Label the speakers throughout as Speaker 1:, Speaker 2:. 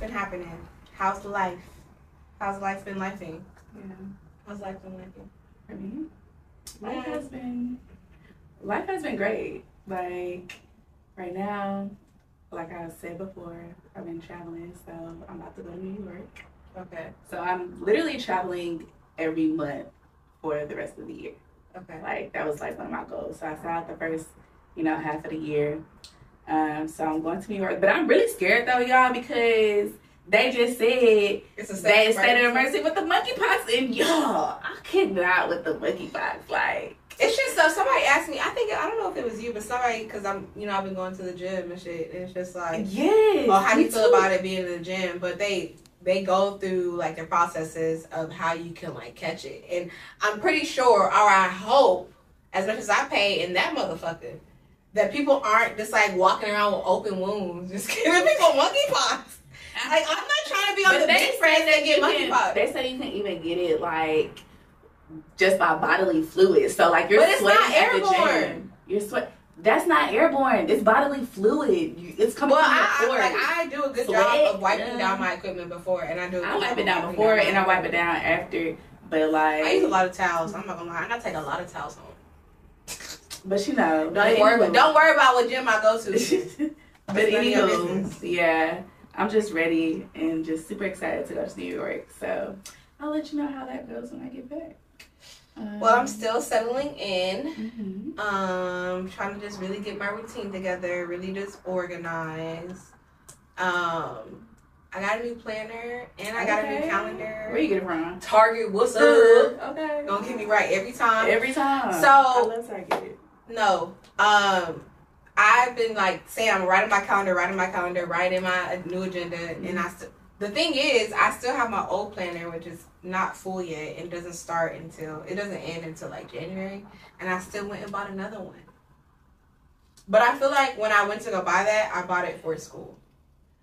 Speaker 1: been happening? How's life? How's life been lifing?
Speaker 2: Yeah.
Speaker 1: How's life been lifing?
Speaker 2: For me, life
Speaker 1: Yeah.
Speaker 2: has been life has been great. Like right now, like I said before, I've been traveling, so I'm about to go to New York.
Speaker 1: Okay.
Speaker 2: So I'm literally traveling every month for the rest of the year.
Speaker 1: Okay.
Speaker 2: Like that was like one of my goals. So I saw out the first, you know, half of the year. Um, so I'm going to New York, but I'm really scared though, y'all, because they just said
Speaker 1: It's
Speaker 2: they
Speaker 1: safe
Speaker 2: said of
Speaker 1: word.
Speaker 2: emergency with the monkeypox, and y'all, I could not with the monkeypox. Like,
Speaker 1: It's just so somebody asked me. I think I don't know if it was you, but somebody because I'm you know I've been going to the gym and shit, and it's just like,
Speaker 2: yes.
Speaker 1: oh, how do you
Speaker 2: me
Speaker 1: feel
Speaker 2: too.
Speaker 1: about it being in the gym? But they they go through like their processes of how you can like catch it, and I'm pretty sure, or I hope, as much as I pay in that motherfucker, that people aren't just like walking around with open wounds, just giving people monkeypox. Like I'm not trying to be on
Speaker 2: But
Speaker 1: the
Speaker 2: they
Speaker 1: big friends that get
Speaker 2: You can-
Speaker 1: monkeypox.
Speaker 2: They say you can even get it like just by bodily fluids. So like you're
Speaker 1: But it's
Speaker 2: sweating
Speaker 1: not
Speaker 2: at the
Speaker 1: airborne.
Speaker 2: gym. You're sweat. That's not airborne. It's bodily fluid. You, it's coming
Speaker 1: Well,
Speaker 2: from your
Speaker 1: I, I
Speaker 2: pores.
Speaker 1: like I do a good
Speaker 2: Sweat,
Speaker 1: job of wiping
Speaker 2: yeah.
Speaker 1: down my equipment before, and I do. a good
Speaker 2: I wipe
Speaker 1: job
Speaker 2: it
Speaker 1: of
Speaker 2: down
Speaker 1: wiping
Speaker 2: before
Speaker 1: down
Speaker 2: and I
Speaker 1: my-
Speaker 2: wipe it down after. But
Speaker 1: I use a
Speaker 2: like,
Speaker 1: lot of towels. I'm not gonna lie. I gotta take a lot of towels home.
Speaker 2: but you know,
Speaker 1: Don't even worry. About, don't worry about what gym I go to.
Speaker 2: but
Speaker 1: It's none of your business.
Speaker 2: anywho, yeah, I'm just ready and just super excited to go to New York. So I'll let you know how that goes when I get back. Um,
Speaker 1: well, I'm still settling in.
Speaker 2: mhm.
Speaker 1: Um, trying to just really get my routine together. Really just organize. Um, I got a new planner and I got a new
Speaker 2: Okay.
Speaker 1: calendar.
Speaker 2: Where you get it from?
Speaker 1: Target, what's up?
Speaker 2: okay.
Speaker 1: Don't get me right every time.
Speaker 2: Every time.
Speaker 1: So-
Speaker 2: I love Target.
Speaker 1: No. Um I've been like saying I'm writing my calendar, writing my calendar, writing my uh, new agenda, and
Speaker 2: Mm-hmm.
Speaker 1: I still. The thing is, I still have my old planner, which is not full yet, and doesn't start until it doesn't end until like January, and I still went and bought another one. But I feel like when I went to go buy that, I bought it for school,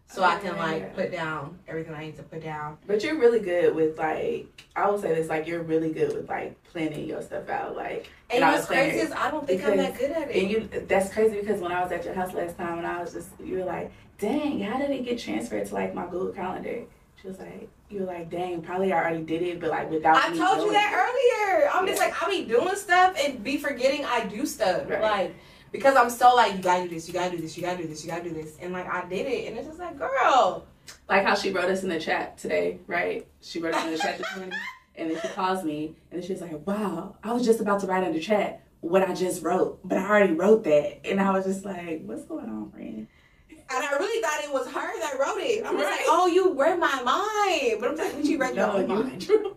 Speaker 1: so I can
Speaker 2: Okay.
Speaker 1: like put down everything I need to put down.
Speaker 2: But you're really good with like I will say this like you're really good with like planning your stuff out like
Speaker 1: And,
Speaker 2: I
Speaker 1: what's
Speaker 2: was planning
Speaker 1: crazy is I don't think I'm that good at it.
Speaker 2: and you that's crazy because when I was at your house last time and I was just you were like dang how did it get transferred to like my Google Calendar she was like you were like dang probably I already did it but like without
Speaker 1: I
Speaker 2: me
Speaker 1: told you
Speaker 2: knowing."
Speaker 1: that earlier. I'm just
Speaker 2: Yeah.
Speaker 1: like I be doing stuff and be forgetting I do stuff.
Speaker 2: Right.
Speaker 1: Like because I'm so like you gotta do this, you gotta do this, you gotta do this, you gotta do this, and like I did it, and it's just like girl,
Speaker 2: like how she wrote us in the chat today right she wrote us in the chat this morning and then she calls me and then she's like wow I was just about to write in the chat what I just wrote but I already wrote that and I was just like what's going on friend
Speaker 1: and I really thought it was her that wrote it. I'm just
Speaker 2: Right.
Speaker 1: like oh you read my mind, but I'm just like but you read
Speaker 2: No,
Speaker 1: your own mind.
Speaker 2: you-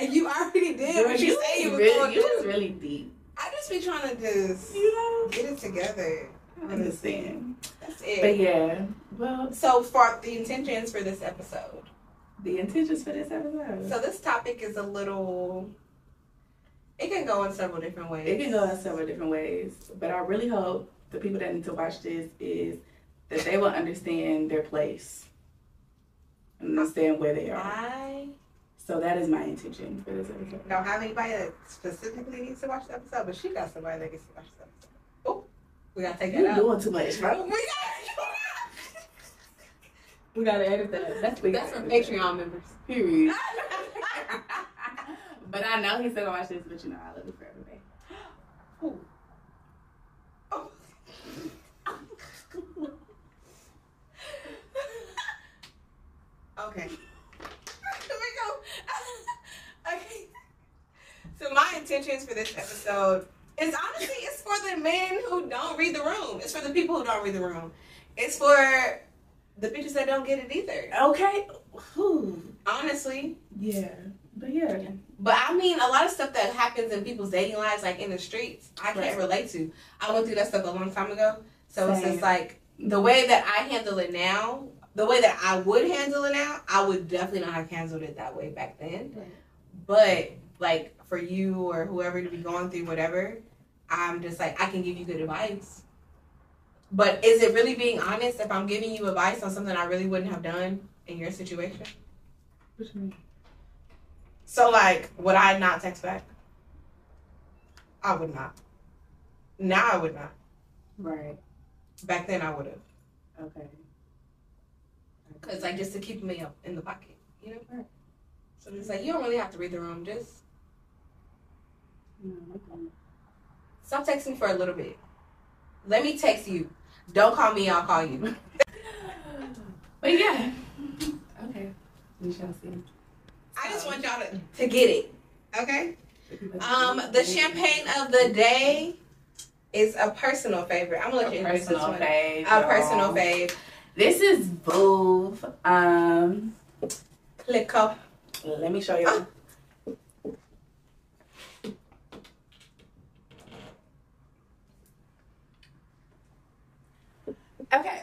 Speaker 1: Like you already did
Speaker 2: Girl,
Speaker 1: what
Speaker 2: you
Speaker 1: you say you was
Speaker 2: really,
Speaker 1: gonna
Speaker 2: you was
Speaker 1: do.
Speaker 2: really deep.
Speaker 1: I just be trying to just
Speaker 2: You
Speaker 1: get it together.
Speaker 2: I understand.
Speaker 1: That's
Speaker 2: But
Speaker 1: it.
Speaker 2: yeah, well,
Speaker 1: So for the intentions for this episode.
Speaker 2: the intentions for this episode.
Speaker 1: So this topic is a little. It can go in several different ways.
Speaker 2: it can go in several different ways, but I really hope the people that need to watch this is that they will understand their place, and understand where they are.
Speaker 1: I
Speaker 2: So that is my intention for this episode.
Speaker 1: don't have anybody that specifically needs to watch the episode, but she got somebody that gets to watch the episode. Oh, we gotta take that
Speaker 2: You're
Speaker 1: out. Oh
Speaker 2: doing too much,
Speaker 1: We
Speaker 2: bro.
Speaker 1: gotta-
Speaker 2: We gotta edit that. That's we
Speaker 1: That's
Speaker 2: gotta
Speaker 1: for
Speaker 2: edit that.
Speaker 1: Patreon members.
Speaker 2: Period. but I know he's still gonna watch this, but you know I love you forever, babe.
Speaker 1: okay. Here we go. okay. So my intentions for this episode is honestly it's for the men who don't read the room. It's for the people who don't read the room. It's for the bitches that don't get it either.
Speaker 2: Okay. Whew.
Speaker 1: Honestly.
Speaker 2: Yeah. But yeah.
Speaker 1: But I mean, a lot of stuff that happens in people's dating lives, like in the streets, I can't
Speaker 2: Right.
Speaker 1: relate to. I went through that stuff a long time ago. So it's
Speaker 2: Same.
Speaker 1: just like the way that I handle it now, the way that I would handle it now, I would definitely not have handled it that way back then.
Speaker 2: Right.
Speaker 1: But like for you or whoever to be going through whatever, I'm just like, I can give you good advice. But is it really being honest if I'm giving you advice on something I really wouldn't have done in your situation?
Speaker 2: What you mean?
Speaker 1: So like, would I not text back? I would not. Now I would not.
Speaker 2: Right.
Speaker 1: Back then I would have.
Speaker 2: Okay. I
Speaker 1: Cause like just to keep me up in the pocket, you know.
Speaker 2: Right.
Speaker 1: So it's like you don't really have to read the room. Just
Speaker 2: No, okay.
Speaker 1: stop texting for a little bit. Let me text you. Don't call me. I'll call you.
Speaker 2: But yeah. Okay. We shall see.
Speaker 1: I just want y'all to, to get it. Okay. Um, the champagne of the day is a personal favorite. I'm gonna let you
Speaker 2: A
Speaker 1: introduce this
Speaker 2: personal
Speaker 1: one.
Speaker 2: fave.
Speaker 1: A
Speaker 2: y'all.
Speaker 1: personal fave.
Speaker 2: This is Voove. Um,
Speaker 1: Click up.
Speaker 2: let me show
Speaker 1: Ah.
Speaker 2: you. Okay,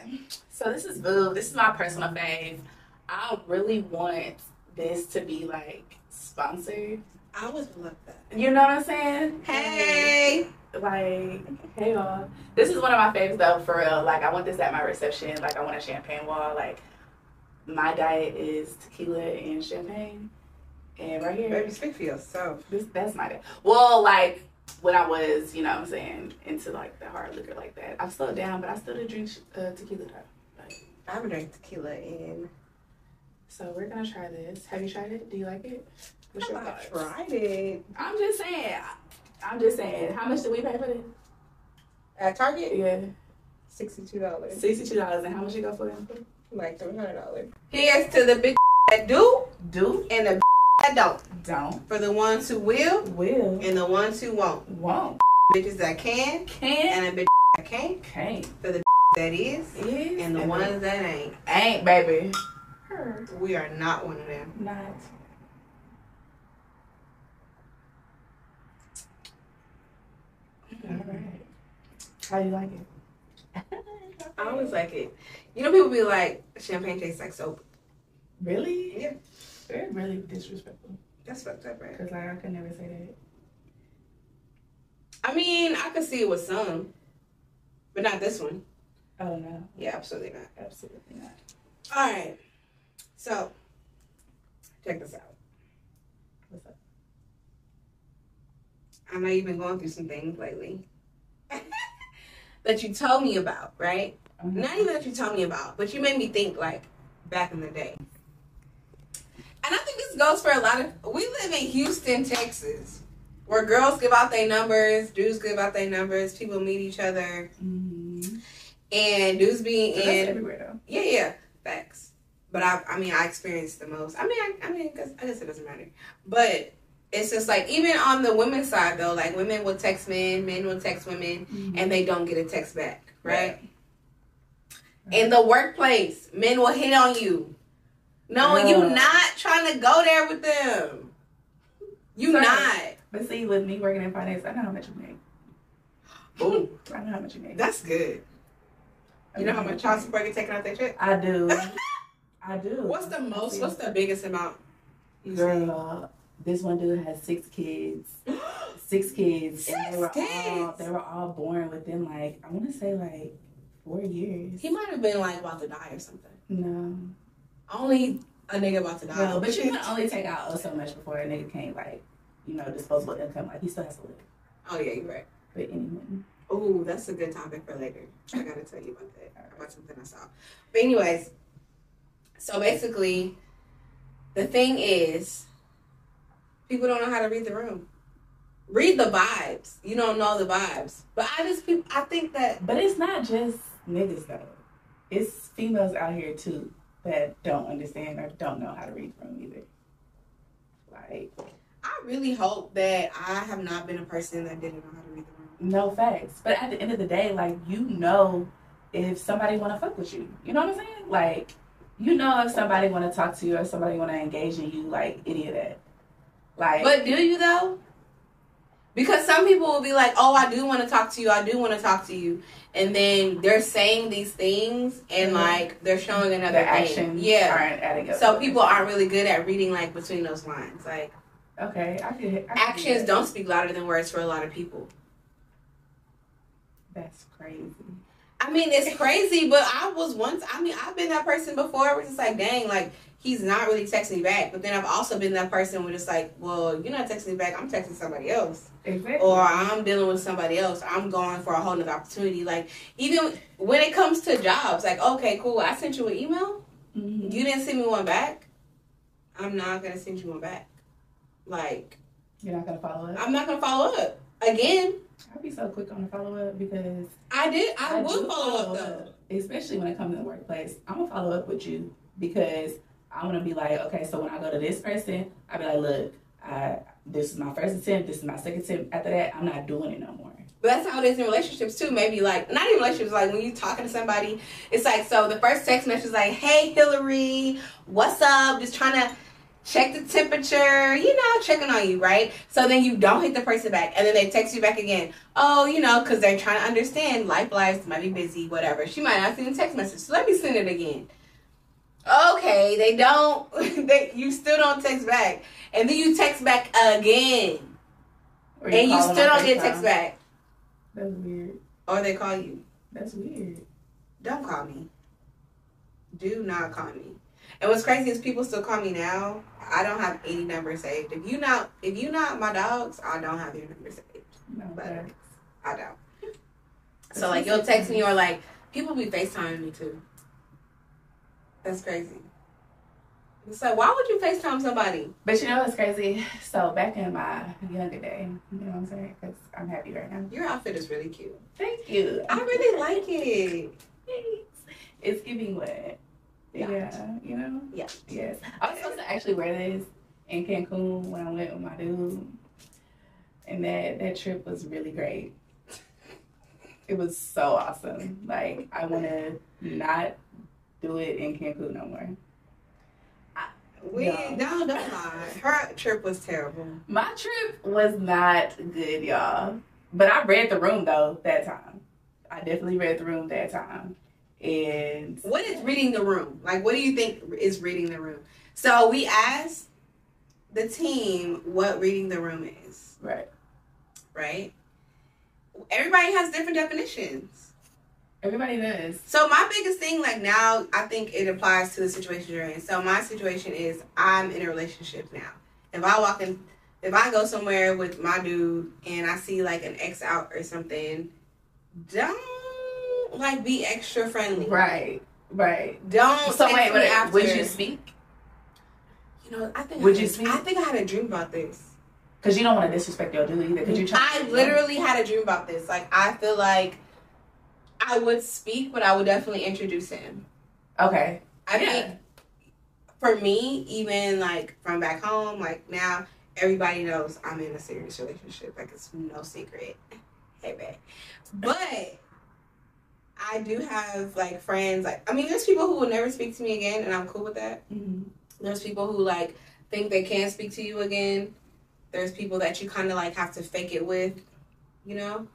Speaker 2: so this is Voove. This is my personal fave. I really want this to be like sponsored.
Speaker 1: I would love that.
Speaker 2: You know what I'm saying?
Speaker 1: Hey.
Speaker 2: like hey y'all this is one of my faves though for real like i want this at my reception like i want a champagne wall like my diet is tequila and champagne and right here
Speaker 1: Baby, speak for yourself.
Speaker 2: this that's my diet well like when i was you know what i'm saying into like the hard liquor like that i've slowed down but i still did drink uh, tequila though
Speaker 1: I haven't drank tequila in.
Speaker 2: so we're gonna try this have you tried it do you like it what's your
Speaker 1: I've
Speaker 2: thoughts
Speaker 1: tried it
Speaker 2: i'm just saying i'm just saying how much did we pay for this
Speaker 1: at Target.
Speaker 2: yeah
Speaker 1: Sixty-two dollars,
Speaker 2: $62 and how much you go for it
Speaker 1: like three hundred dollars. Here's to the big that do
Speaker 2: do
Speaker 1: and the that don't.
Speaker 2: don't
Speaker 1: For the ones who will
Speaker 2: will
Speaker 1: and the ones who won't.
Speaker 2: won't
Speaker 1: Bitches that can
Speaker 2: can
Speaker 1: and the bitch that can't.
Speaker 2: can't
Speaker 1: That is.
Speaker 2: is
Speaker 1: And the ones that ain't,
Speaker 2: ain't baby her
Speaker 1: we are not one of them.
Speaker 2: not Alright. How you like it?
Speaker 1: I always like it. You know, people be like, champagne tastes like soap.
Speaker 2: really,
Speaker 1: Yeah.
Speaker 2: they're really disrespectful.
Speaker 1: That's fucked up, right?
Speaker 2: Cause like I could never say that.
Speaker 1: I mean, I could see it with some, but not this one.
Speaker 2: Oh no,
Speaker 1: Yeah, absolutely not.
Speaker 2: absolutely not.
Speaker 1: All right. So, check this out.
Speaker 2: What's up?
Speaker 1: I know you've been going through some things lately that you told me about, right? Not even that you told me about, but you made me think like back in the day. And I think this goes for a lot of. We live in Houston, Texas, where girls give out their numbers, dudes give out their numbers, people meet each other,
Speaker 2: Mhm.
Speaker 1: and dudes being
Speaker 2: But that's
Speaker 1: in.
Speaker 2: everywhere though.
Speaker 1: Yeah, yeah, facts. But I, I mean, I experienced the most. I mean, I, I mean, 'cause I guess it doesn't matter. But it's just like even on the women's side though, like women will text men, men will text women,
Speaker 2: Mm-hmm.
Speaker 1: and they don't get a text back, right? In the workplace, men will hit on you, knowing you
Speaker 2: Yeah.
Speaker 1: not trying to go there with them. You
Speaker 2: Sorry.
Speaker 1: not.
Speaker 2: But see, with me working in finance, I know how much you make.
Speaker 1: Boom.
Speaker 2: I know how much you make.
Speaker 1: That's good. You know how much child support you're taking out their check?
Speaker 2: I do. I do.
Speaker 1: What's the most? What's the biggest amount? you see?
Speaker 2: girl? This one dude has six kids. Six kids.
Speaker 1: Six
Speaker 2: and they were all
Speaker 1: kids?
Speaker 2: they were all born within like I wanna say like four years.
Speaker 1: He might have been like about to die or something.
Speaker 2: No.
Speaker 1: Only a nigga about to die.
Speaker 2: No, but you can only take out oh so much before a nigga can't like, you know, disposable income. Like he still has to live.
Speaker 1: Oh yeah, you're right.
Speaker 2: But anyway.
Speaker 1: Oh, that's a good topic for later. I gotta tell you about that. About something I saw. But anyways, so basically, the thing is, people don't know how to read the room. Read the vibes. You don't know the vibes. But I just, peop- I think that
Speaker 2: But it's not just niggas though. It's females out here too that don't understand or don't know how to read from either. Like
Speaker 1: I really hope that I have not been a person that didn't know how to read the room.
Speaker 2: No facts. But at the end of the day, like you know if somebody wanna fuck with you. You know what I'm saying? Like you know if somebody wanna talk to you or somebody wanna engage in you, like any of that. Like
Speaker 1: But do you though? Because some people will be like, "Oh, I do want to talk to you. I do want to talk to you," and then they're saying these things and
Speaker 2: Mhm.
Speaker 1: like they're showing another
Speaker 2: their
Speaker 1: action.
Speaker 2: actions
Speaker 1: Yeah.
Speaker 2: aren't adding up.
Speaker 1: So people aren't really good at reading like between those lines. Like
Speaker 2: Okay, I could I could do
Speaker 1: actions
Speaker 2: that.
Speaker 1: don't speak louder than words for a lot of people.
Speaker 2: That's crazy.
Speaker 1: I mean, it's crazy, but I was once. I mean, I've been that person before. Where it's just like, dang, like he's not really texting me back. But then I've also been that person where it's like, well, you're not texting me back. I'm texting somebody else.
Speaker 2: Exactly.
Speaker 1: or I'm dealing with somebody else, I'm going for a whole nother opportunity. Like even when it comes to jobs, like okay, cool, I sent you an email.
Speaker 2: Mm-hmm.
Speaker 3: Mhm.
Speaker 1: You didn't send me one back. I'm not gonna send you one back. Like
Speaker 2: You're not gonna follow up.
Speaker 1: I'm not gonna follow up again.
Speaker 2: I'd be so quick on the follow up because
Speaker 1: I did. I, would
Speaker 2: do
Speaker 1: follow up though.
Speaker 2: especially when it comes to the workplace. I'm gonna follow up with you because I want to be like, okay, so when I go to this person, I'll be like, look, I, this is my first attempt, this is my second attempt. After that, I'm not doing it no more.
Speaker 1: But that's how it is in relationships too. Maybe like not even relationships, like when you talking to somebody, it's like so the first text message is like, "Hey Hillary, what's up?" Just trying to check the temperature, you know, checking on you, right? So then you don't hit the person back, and then they text you back again. Oh, you know, because they're trying to understand life, lives might be busy, whatever. She might not send a text message, so let me send it again. Okay, they don't. They you still don't text back, and then you text back again,
Speaker 2: Or
Speaker 1: and you
Speaker 2: call them
Speaker 1: still
Speaker 2: on
Speaker 1: don't get a
Speaker 2: FaceTime.
Speaker 1: text back,
Speaker 2: That's weird.
Speaker 1: or they call you.
Speaker 2: That's weird.
Speaker 1: don't call me. Do not call me. And what's crazy is people still call me now. I don't have any number saved. If you not if you not my dogs, I don't have your number saved.
Speaker 2: No,
Speaker 1: But-
Speaker 2: but
Speaker 1: I don't. So like you'll text me or like people be FaceTiming me too. That's crazy. So why would you FaceTime somebody?
Speaker 2: but you know what's crazy? So back in my younger day, you know what I'm saying? Because I'm happy right now.
Speaker 1: Your outfit is really cute.
Speaker 2: Thank you.
Speaker 1: I really like it.
Speaker 2: Thanks. It's giving what?
Speaker 1: Yeah.
Speaker 2: Yeah. you know?
Speaker 1: Yeah.
Speaker 2: Yes. I was supposed to actually wear this in Cancun when I went with my dude. And that, that trip was really great. It was so awesome. Like, I want to not do it in Cancun no more.
Speaker 1: We
Speaker 2: No.
Speaker 1: no, don't lie. Her trip was terrible.
Speaker 2: My trip was not good, y'all. But I read the room, though, that time. I definitely read the room that time. And
Speaker 1: What is reading the room? Like, what do you think is reading the room? So we asked the team what reading the room is,
Speaker 2: right.
Speaker 1: right? Everybody has different definitions.
Speaker 2: Everybody does.
Speaker 1: So my biggest thing, like now, I think it applies to the situation you're in. So my situation is I'm in a relationship now. If I walk in, if I go somewhere with my dude and I see like an ex out or something, don't like be extra friendly.
Speaker 2: Right. Right.
Speaker 1: Don't.
Speaker 2: So
Speaker 1: text
Speaker 2: wait,
Speaker 1: me
Speaker 2: wait,
Speaker 1: after.
Speaker 2: would you speak?
Speaker 1: You know, I think
Speaker 2: Would
Speaker 1: I
Speaker 2: you
Speaker 1: had,
Speaker 2: speak?
Speaker 1: I think I had a dream about this.
Speaker 2: Because you don't want to disrespect your dude either. Because you try.
Speaker 1: I literally had a dream about this. Like I feel like I would speak, but I would definitely introduce him.
Speaker 2: Okay.
Speaker 1: I
Speaker 2: Yeah.
Speaker 1: think for me, even like from back home, like now everybody knows I'm in a serious relationship. Like it's no secret. Hey babe. But I do have like friends like I mean there's people who will never speak to me again and I'm cool with that. There's people who like think they can speak to you again. There's people that you kind of like have to fake it with, you know.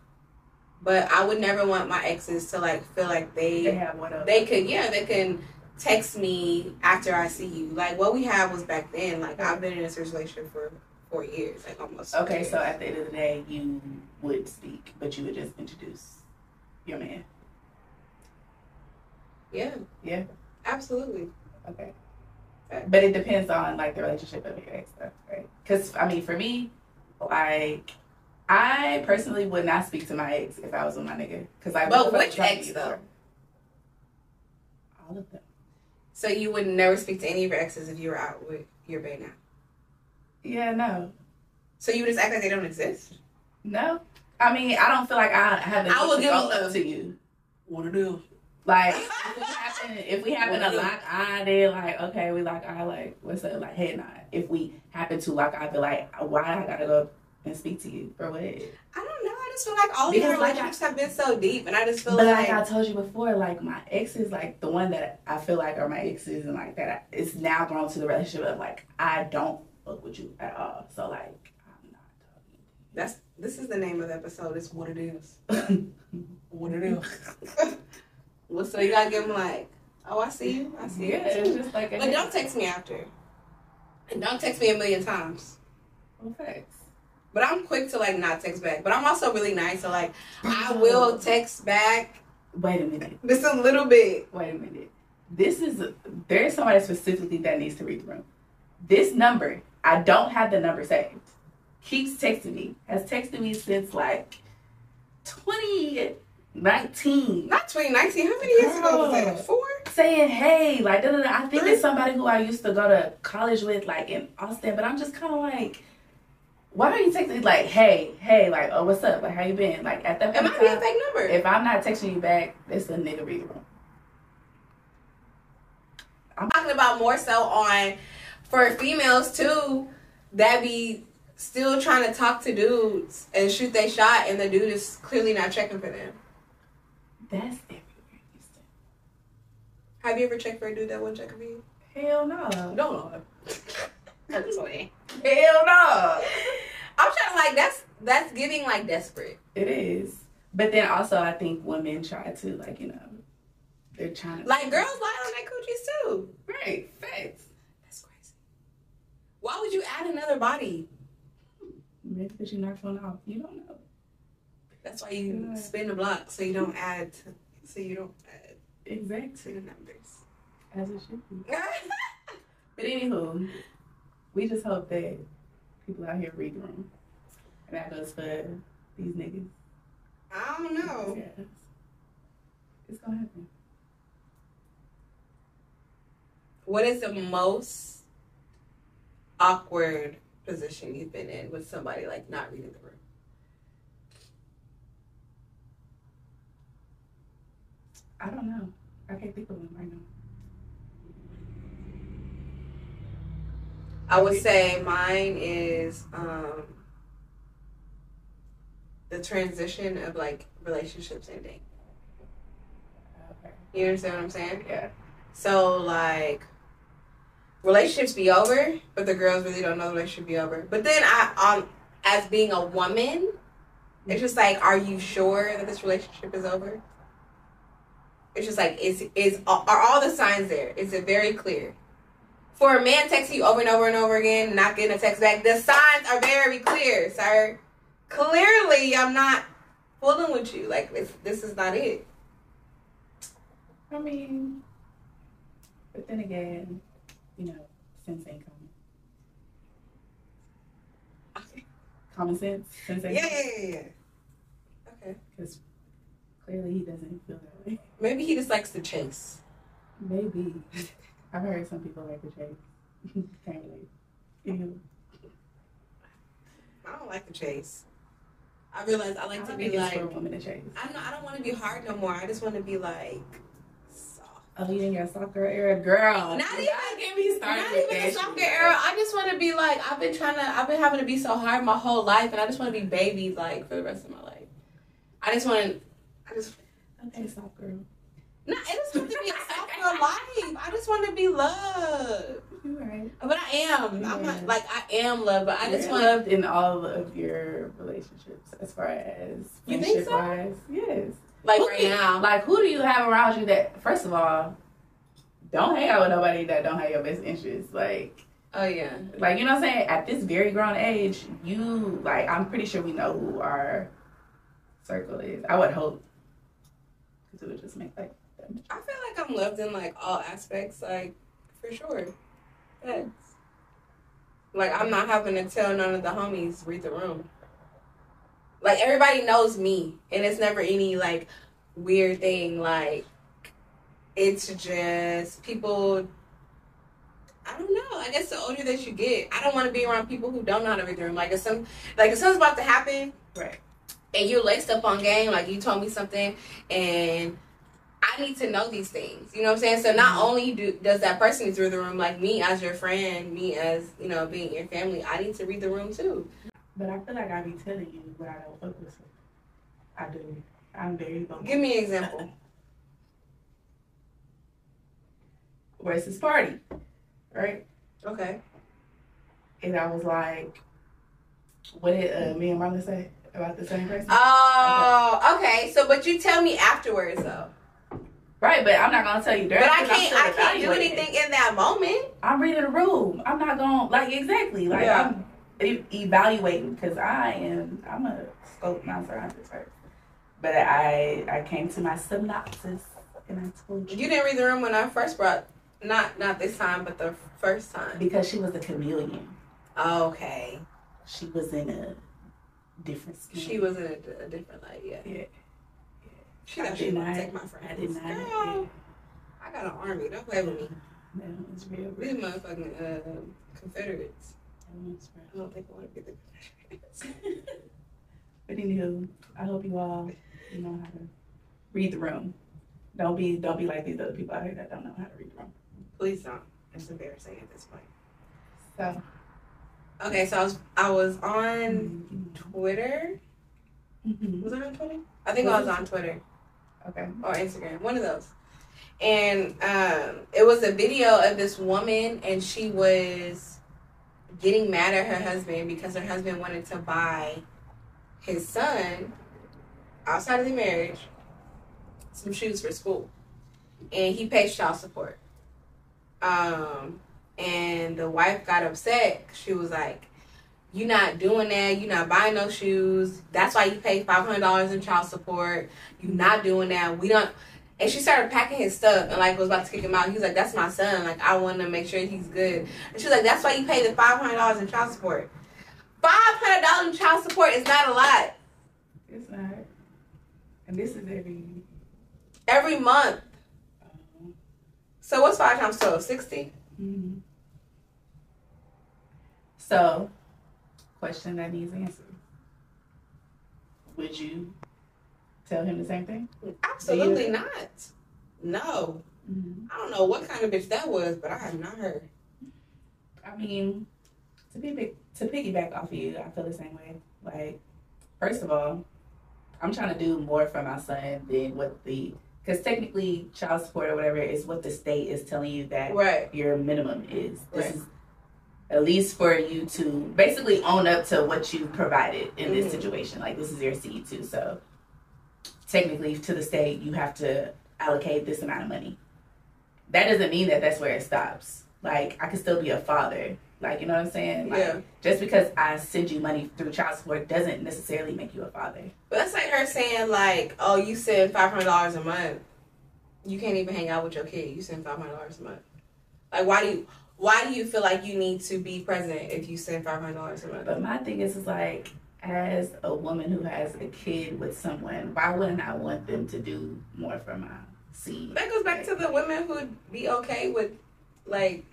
Speaker 1: But I would never want my exes to like feel like
Speaker 2: They
Speaker 1: they
Speaker 2: have one of.
Speaker 1: they could yeah they can text me after I see you. Like what we had was back then. Like I've been in this relationship for four years, like almost. four
Speaker 2: Okay,
Speaker 1: years.
Speaker 2: so at the end of the day, you would speak, but you would just introduce your man.
Speaker 1: yeah,
Speaker 2: Yeah.
Speaker 1: absolutely.
Speaker 2: Okay. But it depends on like the relationship of your ex, though, right? Because I mean, for me, like. I personally would not speak to my ex if I was with my nigga. Cause I
Speaker 1: But
Speaker 2: would-
Speaker 1: which ex, though?
Speaker 2: All of them.
Speaker 1: So you would never speak to any of your exes if you were out with your bae now.
Speaker 2: Yeah, no.
Speaker 1: So you would just act like they don't exist.
Speaker 2: No, I mean I don't feel like I have. the
Speaker 1: I will
Speaker 2: need to
Speaker 1: give
Speaker 2: go
Speaker 1: them-
Speaker 2: up to you.
Speaker 4: What it is?
Speaker 2: Like if we happen, if we happen to
Speaker 4: Well,
Speaker 2: lock eye, then like okay, we lock eye, like what's up, like head nod. If we happen to lock eye, be like, why I gotta go and speak to you for what?
Speaker 1: I don't know. I just feel like all of
Speaker 2: Because,
Speaker 1: your
Speaker 2: like, I-
Speaker 1: relationships have been so deep, and I just feel
Speaker 2: But
Speaker 1: like
Speaker 2: like I told you before, like my exes, like the one that I feel like are my exes, and like that I, it's now grown to the relationship of like I don't fuck with you at all. So like I'm not.
Speaker 1: That's this is the name of the episode. It's what it is.
Speaker 4: What it is?
Speaker 1: Well, so you gotta give them like, oh, I see you, I see
Speaker 2: Yeah,
Speaker 1: you.
Speaker 2: it's just like a
Speaker 1: But don't text me after, and don't text me a million times.
Speaker 2: facts.
Speaker 1: But I'm quick to like not text back. But I'm also really nice, so like I will text back
Speaker 2: Wait a minute.
Speaker 1: just a little bit.
Speaker 2: wait a minute. This is there's somebody specifically that needs to read the room. This number, I don't have the number saved. Keeps texting me. Has texted me since like 20 19.
Speaker 1: Not 2019. How many years ago was
Speaker 2: Girl.
Speaker 1: that? Four?
Speaker 2: saying hey like da, da, da. i think
Speaker 1: Three.
Speaker 2: it's somebody who i used to go to college with like in austin but i'm just kind of like why don't you text me like hey hey like oh what's up like how you been like at that
Speaker 1: It
Speaker 2: point
Speaker 1: might
Speaker 2: in
Speaker 1: be a
Speaker 2: time,
Speaker 1: fake number.
Speaker 2: if i'm not texting you back it's a nigga read room
Speaker 1: I'm talking about more so on for females too that be still trying to talk to dudes and shoot they shot and the dude is clearly not checking for them.
Speaker 2: that's everywhere in Houston.
Speaker 1: Have you ever checked for a dude that won't check for you?
Speaker 2: hell no
Speaker 1: No. I'm
Speaker 2: hell no
Speaker 1: trying to like that's that's getting like desperate.
Speaker 2: it is but then also i think women try to like you know they're trying to
Speaker 1: Like girls lie on their coochies too.
Speaker 2: right facts
Speaker 1: That's crazy. Why would you add another body?
Speaker 2: maybe because you knocked one off you don't know
Speaker 1: That's why you spin the block so you don't add so you don't add to
Speaker 2: exactly
Speaker 1: the numbers.
Speaker 2: as it should be But anywho, we just hope that people out here read the room. And that goes for these niggas.
Speaker 1: I don't know.
Speaker 2: Yes. It's gonna happen.
Speaker 1: What is the most awkward position you've been in with somebody like not reading the room?
Speaker 2: I don't know. I can't think of one right now.
Speaker 1: I would say mine is um, the transition of like relationships ending.
Speaker 2: Okay.
Speaker 1: You understand what I'm saying?
Speaker 2: Yeah.
Speaker 1: So like relationships be over, but the girls really don't know the relationship be over. But then I um as being a woman, it's just like, are you sure that this relationship is over? It's just like is is are all the signs there? Is it very clear? For a man texting you over and over and over again, not getting a text back, the signs are very clear, sir. Clearly, I'm not fooling with you. Like this, this is not it.
Speaker 2: I mean, but then again, you know, sense ain't common. Common sense? Sense ain't common?
Speaker 1: yeah, yeah. Okay.
Speaker 2: Because clearly he doesn't feel that way.
Speaker 1: Maybe he just likes to chase.
Speaker 2: Maybe. I've heard some people like the chase. Can't relate. Anywho.
Speaker 1: I don't like to chase. I realize I like
Speaker 2: I
Speaker 1: to
Speaker 2: don't
Speaker 1: be
Speaker 2: think it's
Speaker 1: like.
Speaker 2: for a woman to chase.
Speaker 1: I'm not. I don't want to be hard no more. I just want to be like soft.
Speaker 2: Oh, you in your soft girl era, girl.
Speaker 1: Not even-
Speaker 2: Y'all get me started
Speaker 1: Not
Speaker 2: with
Speaker 1: even
Speaker 2: that
Speaker 1: a softer
Speaker 2: shit.
Speaker 1: era. I just want to be like. I've been trying to. I've been having to be so hard my whole life, and I just want to be baby like for the rest of my life. I just want to. I just.
Speaker 2: Okay, soft girl.
Speaker 1: Nah, I just want to be a softer life. I just want to be loved.
Speaker 2: You right.
Speaker 1: But I am. I'm not
Speaker 2: Yeah.
Speaker 1: like I am loved, but I just
Speaker 2: You're
Speaker 1: want
Speaker 2: loved in all of your relationships, as far as
Speaker 1: You think
Speaker 2: friendship
Speaker 1: so?
Speaker 2: wise. Yes.
Speaker 1: like
Speaker 2: Who
Speaker 1: right
Speaker 2: do-
Speaker 1: now.
Speaker 2: Um, Like, who do you have around you that, first of all, don't hang out with nobody that don't have your best interests. Like,
Speaker 1: oh yeah.
Speaker 2: like you know what I'm saying? At this very grown age, you like I'm pretty sure we know who our circle is. I would hope. Cause it would just make like
Speaker 1: I feel like I'm loved in like all aspects, like for sure. Yes. Like I'm not having to tell none of the homies read the room. Like everybody knows me, and it's never any like weird thing. Like it's just people. I don't know. I guess the older that you get, I don't want to be around people who don't know how to read the room. Like if some, like if something's about to happen,
Speaker 2: Right.
Speaker 1: And you're laced up on game, like you told me something, and I need to know these things. You know what I'm saying? So not only do does that person need to read the room, like me as your friend, me as you know being your family, I need to read the room too.
Speaker 2: But I feel like I be telling you what I don't fuck with. I do. I'm very bummed.
Speaker 1: Give me an example.
Speaker 2: Where's this party? Right?
Speaker 1: Okay.
Speaker 2: And I was like, what did uh, me and Marla say about the same person?
Speaker 1: Oh, okay. So, but you tell me afterwards though.
Speaker 2: right, but I'm not gonna tell you
Speaker 1: But
Speaker 2: direct.
Speaker 1: I
Speaker 2: 'cause I'm
Speaker 1: can't.
Speaker 2: still
Speaker 1: I can't do
Speaker 2: evaluating.
Speaker 1: anything in that moment.
Speaker 2: I'm reading the room. I'm not gonna like exactly like
Speaker 1: Yeah.
Speaker 2: I'm e- evaluating because I am I'm a scope my surroundings first. But I I came to my synopsis and I told you
Speaker 1: You didn't read the room when I first brought. Not not this time, but the first time. Oh,
Speaker 2: because she was a chameleon.
Speaker 1: Okay.
Speaker 2: She was in a different skin.
Speaker 1: She was in a, a different light. Yeah. She
Speaker 2: I
Speaker 1: thought she
Speaker 2: did
Speaker 1: was gonna
Speaker 2: not.
Speaker 1: take my friend.
Speaker 2: I did not.
Speaker 1: Girl, I got an army. Don't play with me.
Speaker 2: That one's real.
Speaker 1: We the motherfucking uh, Confederates.
Speaker 2: That one's real.
Speaker 1: I don't think I want to be the Confederates.
Speaker 2: But anywho, I hope you all know how to read the room. Don't be don't be like these other people out here that don't know how to read the room.
Speaker 1: Please don't. It's embarrassing at this point.
Speaker 2: So
Speaker 1: Okay, so I was I was on
Speaker 2: mhm.
Speaker 1: Twitter.
Speaker 2: Mhm.
Speaker 1: Was I on Twitter? I think I was on Twitter.
Speaker 2: okay.
Speaker 1: or Instagram, one of those. And um, it was a video of this woman, and she was getting mad at her husband because her husband wanted to buy his son outside of the marriage some shoes for school, and he pays child support. Um, and the wife got upset. She was like. You're not doing that. You're not buying no shoes. That's why you pay five hundred dollars in child support you not doing that. We don't. And she started packing his stuff and like was about to kick him out. He was like, "That's my son. Like I want to make sure he's good." And she was like, "That's why you pay the five hundred dollars in child support. Five hundred dollars in child support is not a lot
Speaker 2: It's not. And this is every
Speaker 1: every month.
Speaker 2: um,
Speaker 1: So what's five times twelve? Sixty.
Speaker 2: mhm. So question that needs answer. Would you tell him the same thing?
Speaker 1: Absolutely not. No,
Speaker 2: Mm-hmm.
Speaker 1: I don't know what kind of bitch that was, but I have not heard.
Speaker 2: I mean, to piggyback, to piggyback off of you, I feel the same way. Like, first of all, I'm trying to do more for my son than what the because technically child support or whatever is what the state is telling you that
Speaker 1: Right.
Speaker 2: your minimum is. This
Speaker 1: Right.
Speaker 2: is at least for you to basically own up to what you provided in
Speaker 1: Mhm.
Speaker 2: this situation. Like this is your seed too. So technically, to the state, you have to allocate this amount of money. That doesn't mean that that's where it stops. Like I could still be a father. Like you know what I'm saying? Like,
Speaker 1: Yeah.
Speaker 2: Just because I send you money through child support doesn't necessarily make you a father.
Speaker 1: But that's like her saying like, "Oh, you send five hundred dollars a month. You can't even hang out with your kid. You send five hundred dollars a month. Like, why do you why do you feel like you need to be present if you send five hundred dollars a month?
Speaker 2: But my thing is, is like, as a woman who has a kid with someone, why wouldn't I want them to do more for my seed?
Speaker 1: That goes back to the women who be okay with like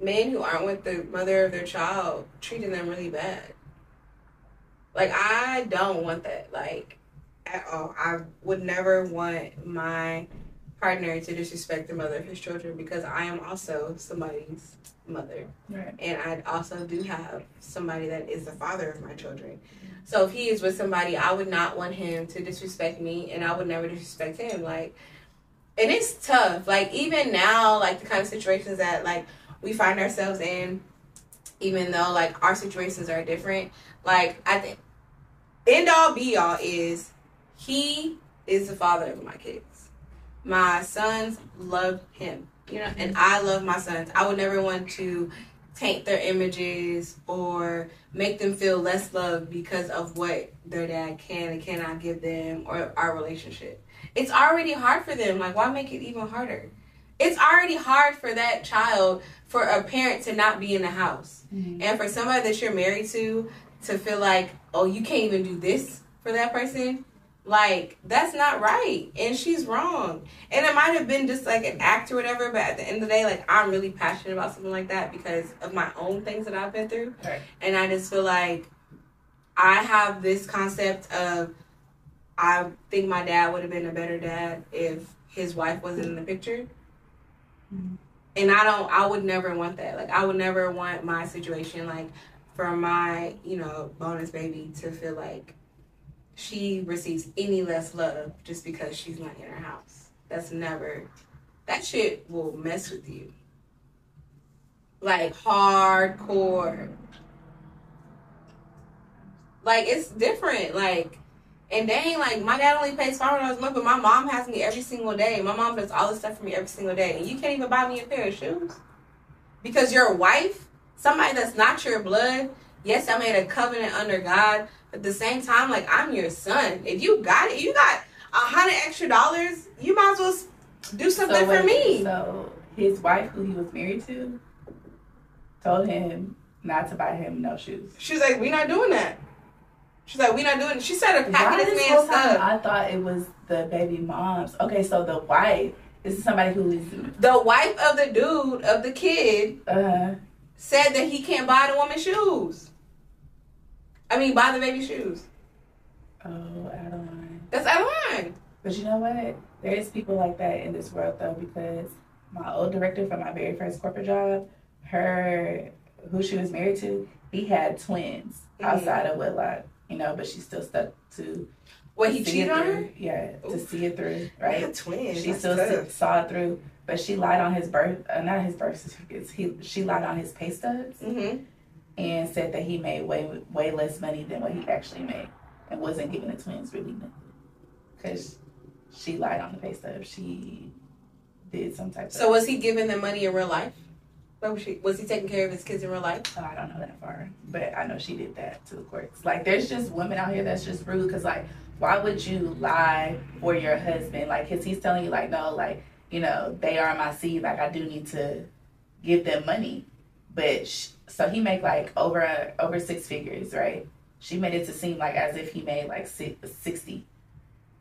Speaker 1: men who aren't with the mother of their child treating them really bad. Like I don't want that. Like at all. I would never want my partner to disrespect the mother of his children because I am also somebody's mother
Speaker 2: Right.
Speaker 1: and I also do have somebody that is the father of my children. So if he is with somebody, I would not want him to disrespect me, and I would never disrespect him. Like, and it's tough. Like even now, like the kind of situations that like we find ourselves in, even though like our situations are different. Like I think end all be all is he is the father of my kids. My sons love him, you know, and I love my sons. I would never want to taint their images or make them feel less loved because of what their dad can and cannot give them or our relationship. It's already hard for them. Like, why make it even harder? It's already hard for that child, for a parent to not be in the house.
Speaker 2: Mhm.
Speaker 1: And for somebody that you're married to, to feel like, oh, you can't even do this for that person. Like, that's not right. And she's wrong. And it might have been just like an act or whatever, but at the end of the day, like, I'm really passionate about something like that because of my own things that I've been through.
Speaker 2: Right.
Speaker 1: And I just feel like I have this concept of I think my dad would have been a better dad if his wife wasn't in the picture.
Speaker 2: Mhm.
Speaker 1: And I don't, I would never want that. Like, I would never want my situation, like, for my, you know, bonus baby to feel like she receives any less love just because she's not in her house. That's never, that shit will mess with you. Like, hardcore like it's different like and dang like my dad only pays five hundred dollars a month but my mom has me every single day my mom does all this stuff for me every single day and you can't even buy me a pair of shoes because your wife somebody that's not your blood yes i made a covenant under god but at the same time like i'm your son if you got it you got a hundred extra dollars you might as well s- do something for
Speaker 2: wait,
Speaker 1: me
Speaker 2: So his wife, who he was married to, told him not to buy him no shoes.
Speaker 1: she was like we're not doing that She's like, we not doing. She started
Speaker 2: Why
Speaker 1: packing
Speaker 2: this
Speaker 1: this
Speaker 2: whole
Speaker 1: man's
Speaker 2: time
Speaker 1: stuff.
Speaker 2: I thought it was the baby moms. Okay, so the wife. This is somebody who is
Speaker 1: The wife of the dude of the kid
Speaker 2: uh
Speaker 1: said that he can't buy the woman's shoes. I mean, buy the baby shoes.
Speaker 2: oh out of line.
Speaker 1: That's out of line.
Speaker 2: But you know what? There is people like that in this world though, because my old director for my very first corporate job, her who she was married to, he had twins
Speaker 1: Mhm.
Speaker 2: outside of wedlock, you know, but she still stuck to
Speaker 1: What he
Speaker 2: see it
Speaker 1: cheated on
Speaker 2: through.
Speaker 1: her?
Speaker 2: Yeah, to
Speaker 1: Oof.
Speaker 2: see it through, right?
Speaker 1: twins.
Speaker 2: She still s- saw it through, but she lied on his birth, uh, not his birth certificates. He she lied on his pay stubs
Speaker 1: Mm-hmm.
Speaker 2: and said that he made way way less money than what he actually made, and wasn't giving the twins really nothing because she lied on the pay stub. She did some type
Speaker 1: So
Speaker 2: of.
Speaker 1: was he giving them money in real life? What was, she, was he taking care of his kids in real life?
Speaker 2: Oh, I don't know that far, but I know she did that to the courts. Like, there's just women out here that's just rude because, like, why would you lie for your husband? Like, because he's telling you, like, no, like, you know, they are my seed. Like, I do need to give them money. But sh- so he make like over over six figures, right? She made it to seem like as if he made like si- sixty,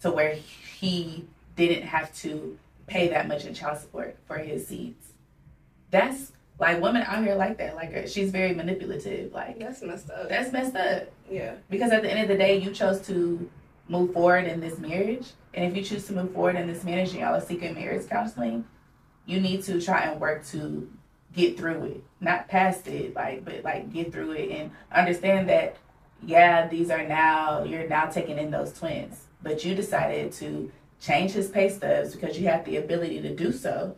Speaker 2: to where he didn't have to pay that much in child support for his seeds. That's like women out here like that. Like uh, she's very manipulative. Like
Speaker 1: That's messed up.
Speaker 2: that's messed up.
Speaker 1: yeah.
Speaker 2: Because at the end of the day, you chose to move forward in this marriage. And if you choose to move forward in this marriage and y'all are seeking marriage counseling, you need to try and work to get through it. Not past it, like, but like get through it and understand that, yeah, these are now, you're now taking in those twins. But you decided to change his pay stubs because you have the ability to do so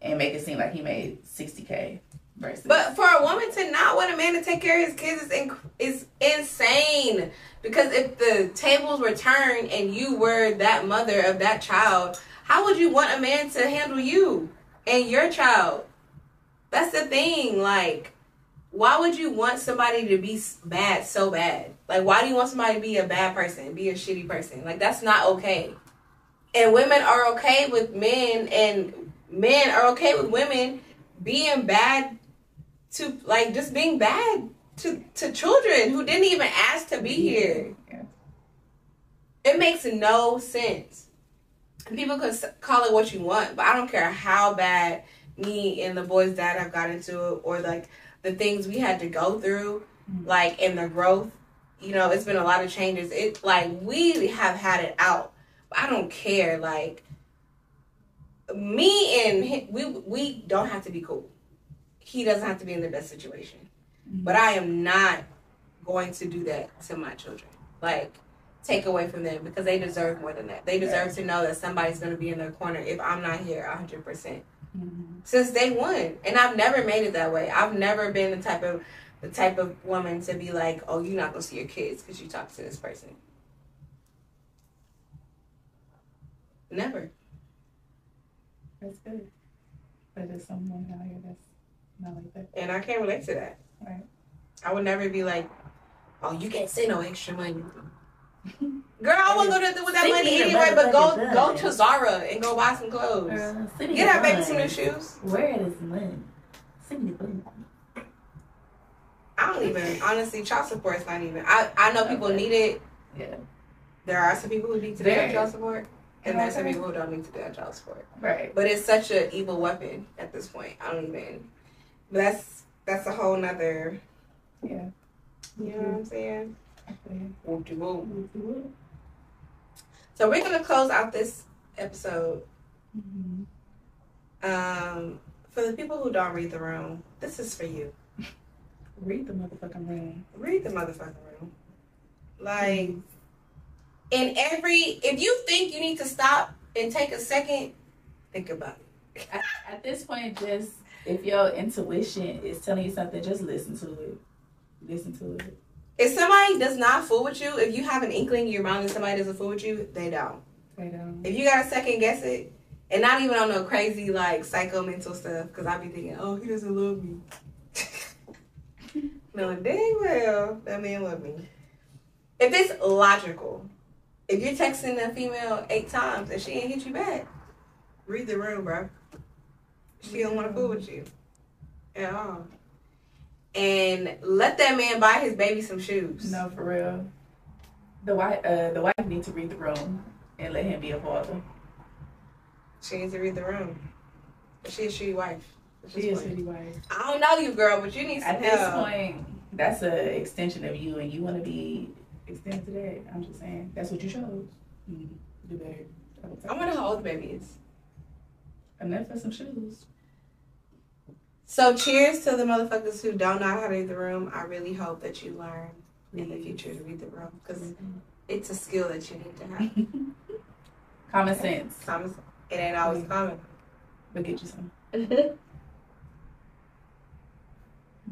Speaker 2: and make it seem like he made 60K versus.
Speaker 1: But for a woman to not want a man to take care of his kids is inc- is insane. Because if the tables were turned and you were that mother of that child, how would you want a man to handle you and your child? That's the thing. Like, why would you want somebody to be s- bad so bad? Like, why do you want somebody to be a bad person, be a shitty person? Like, that's not okay. And women are okay with men, and men are okay with women being bad to like just being bad to to children who didn't even ask to be here.
Speaker 2: Yeah.
Speaker 1: It makes no sense. And People can s- call it what you want, but I don't care how bad me and the boys that I've gotten to, or like the things we had to go through,
Speaker 2: Mhm.
Speaker 1: like in the growth. You know, it's been a lot of changes. It like we have had it out. But I don't care. Like me and hi we we don't have to be cool. He doesn't have to be in the best situation. But I am not going to do that to my children. Like, take away from them because they deserve more than that. They deserve to know that somebody's going to be in their corner if I'm not here 100%
Speaker 2: Mhm.
Speaker 1: since day one. And I've never made it that way. I've never been the type of the type of woman to be like, oh, you're not going to see your kids because you talk to this person. Never.
Speaker 2: That's good. But there's some women out here that's not like that.
Speaker 1: And I can't relate to that.
Speaker 2: Right.
Speaker 1: I would never be like, oh, you can't say no extra money. Girl, I would go to with that
Speaker 3: Stick
Speaker 1: money
Speaker 3: me in the
Speaker 1: anyway, but go
Speaker 3: motherfucking
Speaker 1: go
Speaker 3: bun.
Speaker 1: to Zara and go buy some clothes. Get that baby some new shoes.
Speaker 2: Where it is money. City
Speaker 1: I don't even honestly child support is not even I, I know people
Speaker 2: Okay.
Speaker 1: need it.
Speaker 2: Yeah.
Speaker 1: There are some people who need to do
Speaker 2: There-
Speaker 1: child support. And there's some
Speaker 2: Okay.
Speaker 1: people who don't need to do child support.
Speaker 2: Right.
Speaker 1: But it's such an evil weapon at this point. I don't even but that's that's a whole nother
Speaker 2: Yeah.
Speaker 1: you know what I'm saying? Whoop-de-whoop.
Speaker 2: Mhm.
Speaker 1: So we're gonna close out this episode. Um, for the people who don't read the room, this is for you.
Speaker 2: Read the motherfucking room.
Speaker 1: Read the motherfucking room. Like in every, if you think you need to stop and take a second, think about it.
Speaker 2: At this point, just if your intuition is telling you something, just listen to it. Listen to it.
Speaker 1: If somebody does not fool with you, if you have an inkling in your mind that somebody doesn't fool with you, they don't.
Speaker 2: Right on.
Speaker 1: If you gotta second guess it, and not even on no crazy like psycho mental stuff, because I be thinking, oh, he doesn't love me. no, dang well, that man love me. If it's logical, if you're texting a female eight times and she ain't hit you back, read the room, bro. She don't want to fool with you at all. And let that man buy his baby some shoes.
Speaker 2: No, for real. The wife, uh, the wife needs to read the room and let him be a father.
Speaker 1: She needs to read the room. She's a shitty wife. At
Speaker 2: She
Speaker 1: this
Speaker 2: is
Speaker 1: point.
Speaker 2: pretty wife.
Speaker 1: I don't know you, girl, but you need some
Speaker 2: At this
Speaker 1: help.
Speaker 2: point, that's a extension of you, and you want to be extended to that. I'm just saying, that's what you chose.
Speaker 4: Do better.
Speaker 1: I wonder how old the baby is.
Speaker 2: Enough for some shoes.
Speaker 1: So, cheers to the motherfuckers who don't know how to read the room. I really hope that you learn in the future to read the room because it's a skill that you need to have.
Speaker 2: Common sense.
Speaker 1: Sometimes it ain't always common.
Speaker 2: But get you some.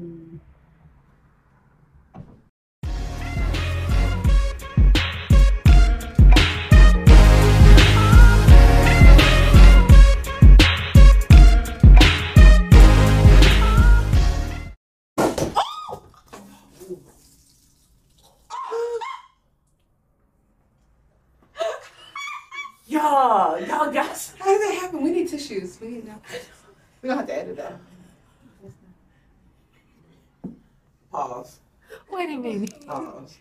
Speaker 3: Mm. Y'all, y'all got
Speaker 1: How did that happen? We need tissues. We need no. We don't have to edit that.
Speaker 4: Pause.
Speaker 3: Wait a minute.
Speaker 4: Pause.